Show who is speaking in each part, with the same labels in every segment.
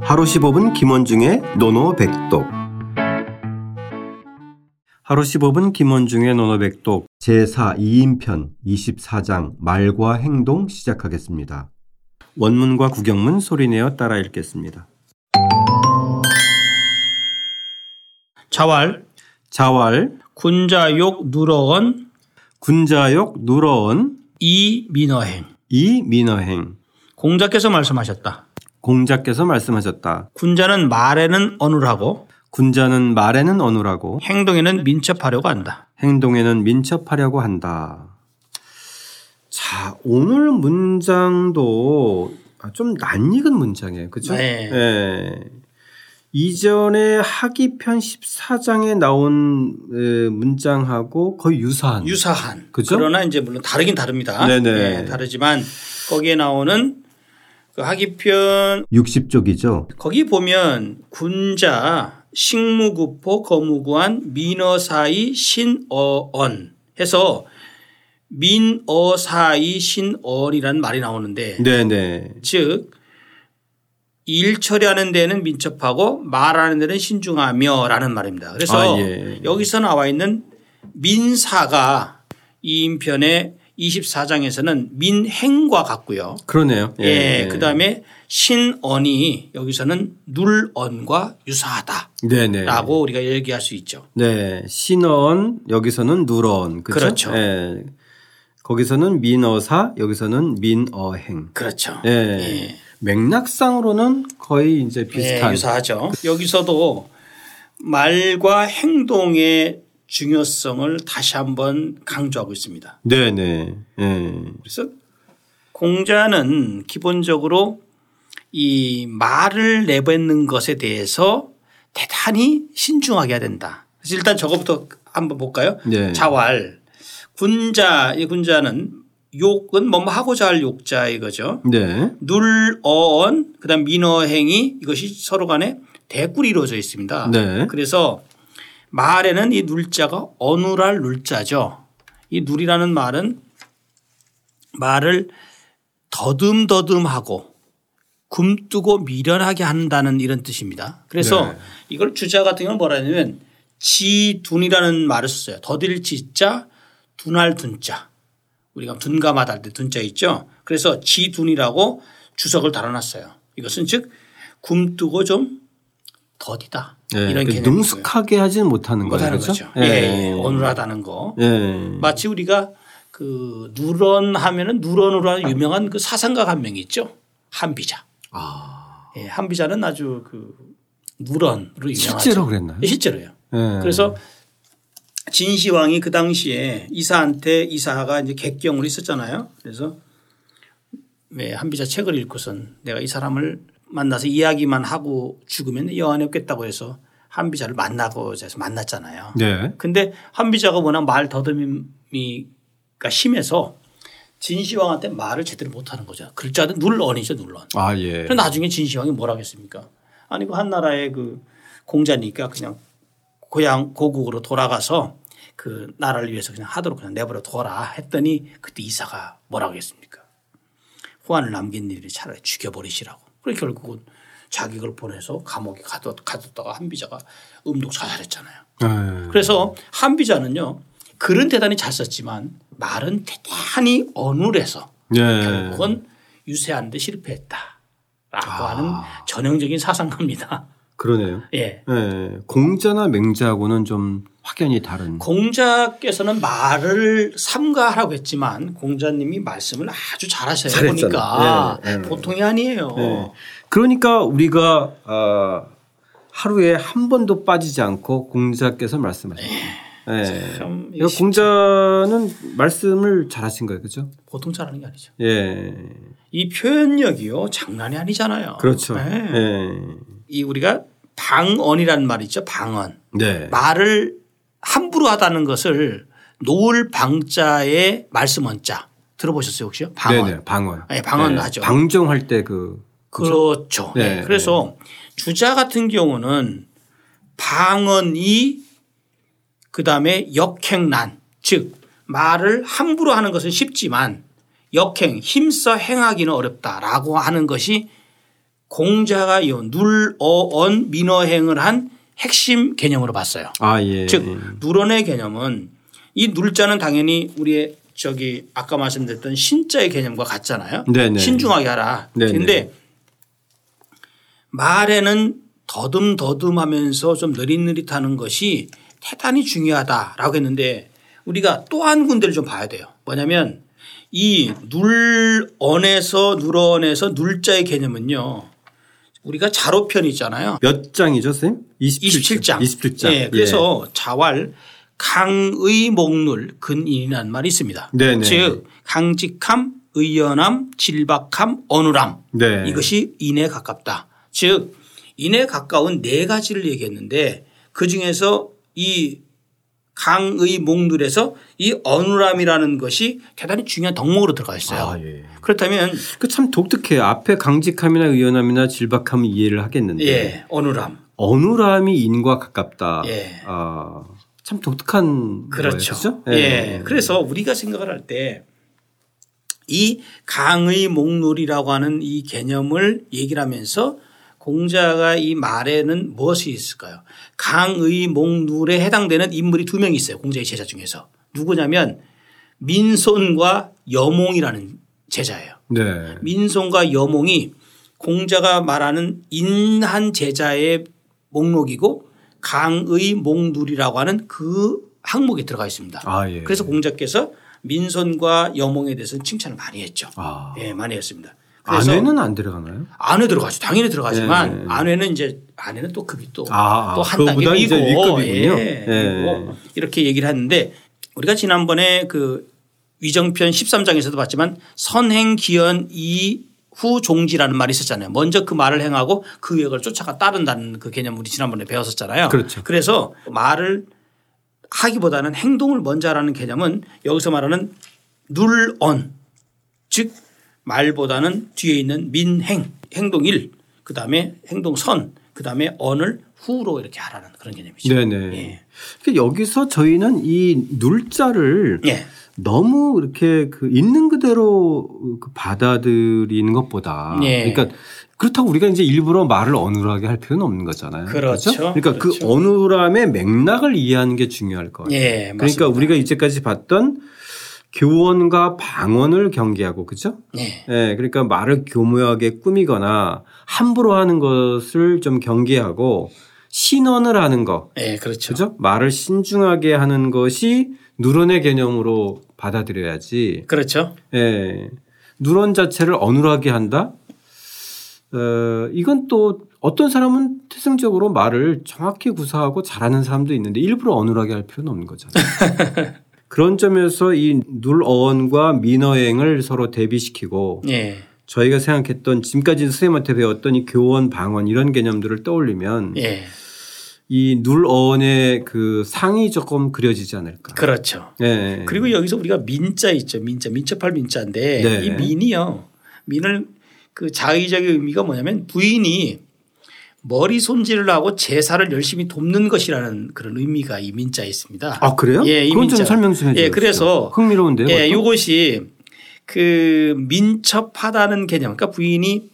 Speaker 1: 하루 15분 김원중의 노노백독 하루 15분 김원중의 노노백독 제4 2인편 24장 말과 행동 시작하겠습니다. 원문과 구경문 소리내어 따라 읽겠습니다.
Speaker 2: 자왈
Speaker 1: 자왈
Speaker 2: 군자욕 누러언
Speaker 1: 군자욕 누러언
Speaker 2: 이 민어행
Speaker 1: 이 민어행
Speaker 2: 공자께서 말씀하셨다.
Speaker 1: 공자께서 말씀하셨다.
Speaker 2: 군자는 말에는 언울하고
Speaker 1: 군자는 말에는 어눌하고
Speaker 2: 행동에는 민첩하려고 한다.
Speaker 1: 행동에는 민첩하려고 한다. 자, 오늘 문장도 좀 낯익은 문장이에요. 그죠?
Speaker 2: 네.
Speaker 1: 예. 이전에 하기편 14장에 나온 에, 문장하고 거의 유사한.
Speaker 2: 유사한.
Speaker 1: 그죠?
Speaker 2: 러나 이제 물론 다르긴 다릅니다.
Speaker 1: 네네.
Speaker 2: 예, 다르지만 거기에 나오는 그 하기편
Speaker 1: 60쪽이죠.
Speaker 2: 거기 보면 군자 식무구포 거무구한 민어사이 신어언 해서 민어사이 신어이라는 말이 나오는데
Speaker 1: 네네.
Speaker 2: 즉 일처리하는 데는 민첩하고 말하는 데는 신중하며라는 말입니다. 그래서
Speaker 1: 아, 예.
Speaker 2: 여기서 나와 있는 민사가 이 인편의 24장에서는 민행과 같고요.
Speaker 1: 그러네요.
Speaker 2: 예. 그다음에 신언이 여기서는 눌언과 유사하다라고
Speaker 1: 네네.
Speaker 2: 우리가 얘기할 수 있죠.
Speaker 1: 네. 신언, 여기서는 누런. 그죠?
Speaker 2: 그렇죠.
Speaker 1: 예. 거기서는 민어사, 여기서는 민어행.
Speaker 2: 그렇죠.
Speaker 1: 예.
Speaker 2: 예.
Speaker 1: 맥락상으로는 거의 이제
Speaker 2: 예,
Speaker 1: 비슷한.
Speaker 2: 유사하죠. 여기서도 말과 행동의 중요성을 다시 한번 강조하고 있습니다.
Speaker 1: 네네. 예.
Speaker 2: 그래서 공자는 기본적으로 이 말을 내뱉는 것에 대해서 대단히 신중하게 해야 된다. 그래서 일단 저거부터 한번 볼까요?
Speaker 1: 네.
Speaker 2: 자활 군자 이 군자는 욕은 뭐뭐 하고자 할 욕자 이거죠.
Speaker 1: 네.
Speaker 2: 눌어언 그다음 민어행이 이것이 서로 간에 대꾸로 이루어져 있습니다.
Speaker 1: 네.
Speaker 2: 그래서 말에는 이 눌자가 어눌할 눌자죠. 이 눌이라는 말은 말을 더듬더듬하고 굼뜨고 미련하게 한다는 이런 뜻입니다. 그래서
Speaker 1: 네.
Speaker 2: 이걸 주자 같은 경우는 뭐라 하냐면 지둔이라는 말을 썼어요. 더딜 지자 둔할 둔자 우리가 둔감하다 할 때 둔자 있죠. 그래서 지둔이라고 주석을 달아놨어요. 이것은 즉 굼뜨고 좀 더디다
Speaker 1: 예.
Speaker 2: 이런
Speaker 1: 그
Speaker 2: 개념이고요.
Speaker 1: 능숙하게 하지는 못하는 거죠.
Speaker 2: 못하는
Speaker 1: 그렇죠?
Speaker 2: 거죠. 예, 예. 어눌하다는 거.
Speaker 1: 예.
Speaker 2: 마치 우리가 그 누런 하면은 누런으로 하는 유명한 그 사상가 한 명이 있죠. 한비자.
Speaker 1: 아.
Speaker 2: 예, 한비자는 아주 그 누런으로 유명하죠.
Speaker 1: 실제로 그랬나요?
Speaker 2: 예, 실제로요.
Speaker 1: 예.
Speaker 2: 그래서 진시황이 그 당시에 이사한테 이사가 이제 객경으로 있었잖아요. 그래서 왜 한비자 책을 읽고선 내가 이 사람을 만나서 이야기만 하고 죽으면 여한이 없겠다고 해서 한비자를 만나고자 해서 만났잖아요.
Speaker 1: 네.
Speaker 2: 근데 한비자가 워낙 말 더듬이가 심해서 진시황한테 말을 제대로 못하는 거죠. 글자는 눌언이죠, 눌언.
Speaker 1: 아, 예.
Speaker 2: 그래서 나중에 진시황이 뭘 하겠습니까? 아니 그 한나라의 그 공자니까 그냥 고향 고국으로 돌아가서 그 나라를 위해서 그냥 하도록 그냥 내버려 둬라 했더니 그때 이사가 뭐라 하겠습니까? 후한을 남긴 일이 차라리 죽여버리시라고. 그래 결국은 자기 걸 보내서 감옥에 가둬- 가뒀다가 한비자가 음독 자살했잖아요.
Speaker 1: 예.
Speaker 2: 그래서 한비자는요 글은 대단히 잘 썼지만 말은 대단히 어눌해서
Speaker 1: 예.
Speaker 2: 결국은 유세하는데 실패했다라고
Speaker 1: 아.
Speaker 2: 하는 전형적인 사상가입니다.
Speaker 1: 그러네요.
Speaker 2: 예.
Speaker 1: 예. 공자나 맹자하고는 좀 확연히 다른.
Speaker 2: 공자께서는 말을 삼가하라고 했지만 공자님이 말씀을 아주 잘하셔요
Speaker 1: 잘했잖아요.
Speaker 2: 보니까
Speaker 1: 예, 예.
Speaker 2: 보통이 아니에요.
Speaker 1: 예. 그러니까 우리가 아, 하루에 한 번도 빠지지 않고 공자께서 말씀하셨죠. 예.
Speaker 2: 참 이게
Speaker 1: 그러니까 공자는 말씀을 잘하신 거예요, 그렇죠?
Speaker 2: 보통 잘하는 게 아니죠.
Speaker 1: 예,
Speaker 2: 이 표현력이요 장난이 아니잖아요.
Speaker 1: 그렇죠.
Speaker 2: 예.
Speaker 1: 예.
Speaker 2: 이 우리가 방언이라는 말 있죠. 방언.
Speaker 1: 네,
Speaker 2: 말을 함부로 하다는 것을 노을 방자의 말씀 원자 들어보셨어요 혹시요? 방언.
Speaker 1: 네네, 방언.
Speaker 2: 예, 방언하죠.
Speaker 1: 예, 방종할 때 그
Speaker 2: 그렇죠.
Speaker 1: 네.
Speaker 2: 네. 그래서 주자 같은 경우는 방언이 그다음에 역행난 즉 말을 함부로 하는 것은 쉽지만 역행 힘써 행하기는 어렵다라고 하는 것이 공자가 요 눌어언 민어행을 한 핵심 개념으로 봤어요.
Speaker 1: 아 예.
Speaker 2: 즉
Speaker 1: 예.
Speaker 2: 누런의 개념은 이 눌자는 당연히 우리의 저기 아까 말씀드렸던 신자의 개념과 같잖아요.
Speaker 1: 네네.
Speaker 2: 신중하게 하라.
Speaker 1: 네네.
Speaker 2: 그런데 말에는 더듬더듬하면서 좀 느릿느릿하는 것이 대단히 중요하다라고 했는데 우리가 또 한 군데를 좀 봐야 돼요. 뭐냐면 이 눌언에서 눌언에서 눌자의 개념은요. 우리가 자로편 있잖아요.
Speaker 1: 몇 장이죠, 쌤?
Speaker 2: 27장.
Speaker 1: 27장.
Speaker 2: 예, 그래서 자활 강의 목률 근인이란 말이 있습니다.
Speaker 1: 네네.
Speaker 2: 즉 강직함, 의연함, 질박함, 어눌함
Speaker 1: 네.
Speaker 2: 이것이 인에 가깝다. 즉 인에 가까운 네 가지를 얘기했는데 그 중에서 이 강의 목률에서 이 어눌함이라는 것이 대단히 중요한 덕목으로 들어가 있어요.
Speaker 1: 아, 예.
Speaker 2: 그렇다면
Speaker 1: 그 참 독특해요. 앞에 강직함이나 의연함이나 질박함은 이해를 하겠는데
Speaker 2: 예 어눌함
Speaker 1: 어눌함이 인과 가깝다.
Speaker 2: 예.
Speaker 1: 아, 참 독특한
Speaker 2: 그렇죠.
Speaker 1: 거예요, 그죠?
Speaker 2: 예. 그래서 우리가 생각을 할 때 이 강의 목놀이라고 하는 이 개념을 얘기를 하면서 공자가 이 말에는 무엇이 있을까요? 강의 목놀에 해당되는 인물이 두 명이 있어요. 공자의 제자 중에서. 누구냐면 민손과 여몽이라는 제자예요.
Speaker 1: 네.
Speaker 2: 민손과 여몽이 공자가 말하는 인한 제자의 목록이고 강의 목누리라고 하는 그 항목에 들어가 있습니다.
Speaker 1: 아, 예.
Speaker 2: 그래서 공자께서 민손과 여몽에 대해서는 칭찬을 많이 했죠.
Speaker 1: 아.
Speaker 2: 예, 많이 했습니다. 그래서
Speaker 1: 안에는 안 들어가나요?
Speaker 2: 안에 들어가죠. 당연히 들어가지만
Speaker 1: 네.
Speaker 2: 안에는 이제 안에는 또 급이 또
Speaker 1: 아,
Speaker 2: 또 한 단계
Speaker 1: 그거보다
Speaker 2: 위고
Speaker 1: 이제 윗급이군요.
Speaker 2: 예,
Speaker 1: 예.
Speaker 2: 위고 이렇게 얘기를 했는데 우리가 지난번에 그 위정편 13장에서도 봤지만 선행 기연 이후 종지라는 말이 있었잖아요. 먼저 그 말을 행하고 그 외걸 쫓아가 따른다는 그 개념 우리 지난번에 배웠었잖아요.
Speaker 1: 그렇죠.
Speaker 2: 그래서 말을 하기보다는 행동을 먼저 하라는 개념은 여기서 말하는 눌언 즉 말보다는 뒤에 있는 민행 행동 일 그다음에 행동 선 그다음에 언을 후로 이렇게 하라는 그런 개념이죠.
Speaker 1: 네네.
Speaker 2: 예.
Speaker 1: 그러니까 여기서 저희는 이 눌자를
Speaker 2: 예.
Speaker 1: 너무 이렇게 그 있는 그대로 그 받아들이는 것보다
Speaker 2: 예.
Speaker 1: 그러니까 그렇다고 우리가 이제 일부러 말을 어눌하게 할 필요는 없는 거잖아요.
Speaker 2: 그렇죠.
Speaker 1: 그러니까그
Speaker 2: 그렇죠.
Speaker 1: 어눌함의 맥락을 이해하는 게 중요할 거예요.
Speaker 2: 예.
Speaker 1: 그러니까
Speaker 2: 맞습니다.
Speaker 1: 우리가 이제까지 봤던 교원과 방언을 경계하고 그죠?
Speaker 2: 예.
Speaker 1: 예, 그러니까 말을 교묘하게 꾸미거나 함부로 하는 것을 좀 경계하고 신언을 하는 거,
Speaker 2: 예, 그렇죠.
Speaker 1: 그죠? 말을 신중하게 하는 것이 누런의 개념으로 받아들여야지.
Speaker 2: 그렇죠.
Speaker 1: 예, 누런 자체를 어눌하게 한다. 어, 이건 또 어떤 사람은 태생적으로 말을 정확히 구사하고 잘하는 사람도 있는데 일부러 어눌하게 할 필요는 없는 거잖아요. 그런 점에서 이 눌어원과 민어행을 서로 대비시키고
Speaker 2: 예.
Speaker 1: 저희가 생각했던 지금까지 선생님한테 배웠던 이 교원 방언 이런 개념들을 떠올리면
Speaker 2: 예.
Speaker 1: 이 눌어원의 그 상이 조금 그려지지 않을까.
Speaker 2: 그렇죠.
Speaker 1: 예.
Speaker 2: 그리고 여기서 우리가 민자 있죠. 민자. 민첩할 민자인데
Speaker 1: 네.
Speaker 2: 이 민이요. 민을 그 자의적인 의미가 뭐냐면 부인이 머리 손질을 하고 제사를 열심히 돕는 것이라는 그런 의미가 이 민자에 있습니다.
Speaker 1: 아 그래요?
Speaker 2: 예, 이
Speaker 1: 그건 좀
Speaker 2: 민자.
Speaker 1: 설명 좀 해주세요.
Speaker 2: 예, 그래서
Speaker 1: 흥미로운데요.
Speaker 2: 예,
Speaker 1: 그것도?
Speaker 2: 이것이 그 민첩하다는 개념. 그러니까 부인이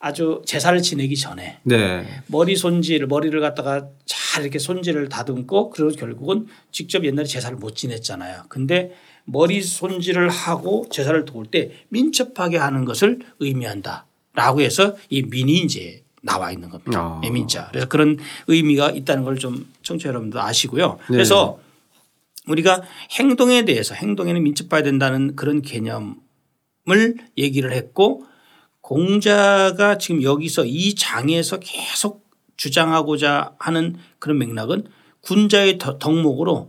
Speaker 2: 아주 제사를 지내기 전에
Speaker 1: 네.
Speaker 2: 머리 손질 머리를 갖다가 잘 이렇게 손질을 다듬고 그리고 결국은 직접 옛날에 제사를 못 지냈잖아요. 근데 머리 손질을 하고 제사를 도울 때 민첩하게 하는 것을 의미한다라고 해서 이 민이 이제 나와 있는 겁니다.
Speaker 1: 아.
Speaker 2: 예, 이 민자. 그래서 그런 의미가 있다는 걸 좀 청취자 여러분도 아시고요. 그래서 우리가 행동에 대해서 행동에는 민첩해야 된다는 그런 개념을 얘기를 했고 공자가 지금 여기서 이 장에서 계속 주장하고자 하는 그런 맥락은 군자의 더- 덕목으로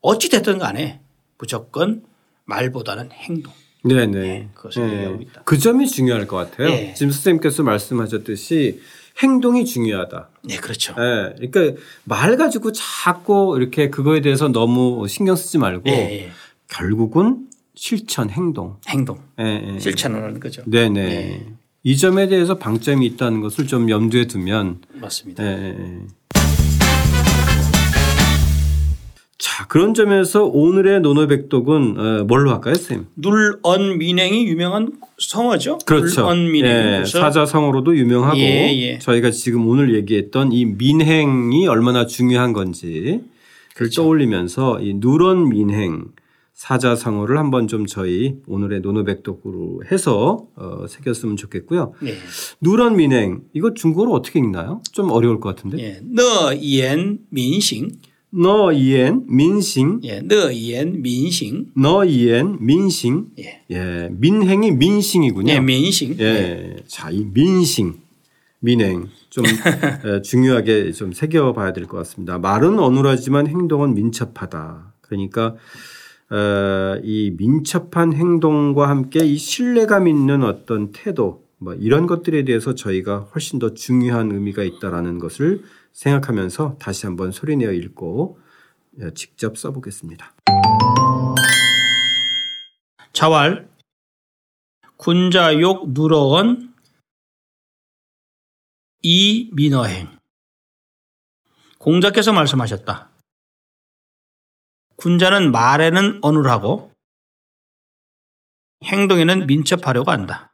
Speaker 2: 어찌 됐든 간에 무조건 말보다는 행동.
Speaker 1: 네네.
Speaker 2: 예, 그것을 얘기하고 있다.
Speaker 1: 그 점이 중요할 것 같아요.
Speaker 2: 예.
Speaker 1: 지금 선생님께서 말씀하셨듯이 행동이 중요하다.
Speaker 2: 네, 그렇죠.
Speaker 1: 예. 그러니까 말 가지고 자꾸 이렇게 그거에 대해서 너무 신경 쓰지 말고
Speaker 2: 예, 예.
Speaker 1: 결국은 실천 행동.
Speaker 2: 행동
Speaker 1: 예, 예.
Speaker 2: 실천을 하는 거죠.
Speaker 1: 네네.
Speaker 2: 예.
Speaker 1: 이 점에 대해서 방점이 있다는 것을 좀 염두에 두면
Speaker 2: 맞습니다.
Speaker 1: 예, 예, 예. 자, 그런 점에서 오늘의 노노백독은 어, 뭘로 할까요, 쌤?
Speaker 2: 눌언민행이 유명한 성어죠.
Speaker 1: 예,
Speaker 2: 그렇죠. 눌언민행. 그래서
Speaker 1: 사자성어로도 유명하고
Speaker 2: 예, 예.
Speaker 1: 저희가 지금 오늘 얘기했던 이 민행이 얼마나 중요한 건지 그걸
Speaker 2: 그렇죠.
Speaker 1: 떠올리면서 이 누런 민행 사자성어를 한번 좀 저희 오늘의 노노백독으로 해서 어, 새겼으면 좋겠고요.
Speaker 2: 예.
Speaker 1: 누런 민행 이거 중국어로 어떻게 읽나요? 좀 어려울 것 같은데.
Speaker 2: 예. 너옌 민싱.
Speaker 1: 너 이엔 민싱,
Speaker 2: 예. 너옌 민싱.
Speaker 1: 너 이엔 민싱.
Speaker 2: 예.
Speaker 1: 예, 민행이 민싱이군요.
Speaker 2: 예, 민싱.
Speaker 1: 예. 자, 이 민싱, 민행 좀 에, 중요하게 좀 새겨봐야 될 것 같습니다. 말은 어눌하지만 행동은 민첩하다. 그러니까 어, 이 민첩한 행동과 함께 이 신뢰감 있는 어떤 태도 뭐 이런 것들에 대해서 저희가 훨씬 더 중요한 의미가 있다라는 것을 생각하면서 다시 한번 소리내어 읽고 예, 직접 써보겠습니다.
Speaker 2: 자왈 군자욕 누러언 이민어행 공자께서 말씀하셨다. 군자는 말에는 어눌하고 행동에는 민첩하려고 한다.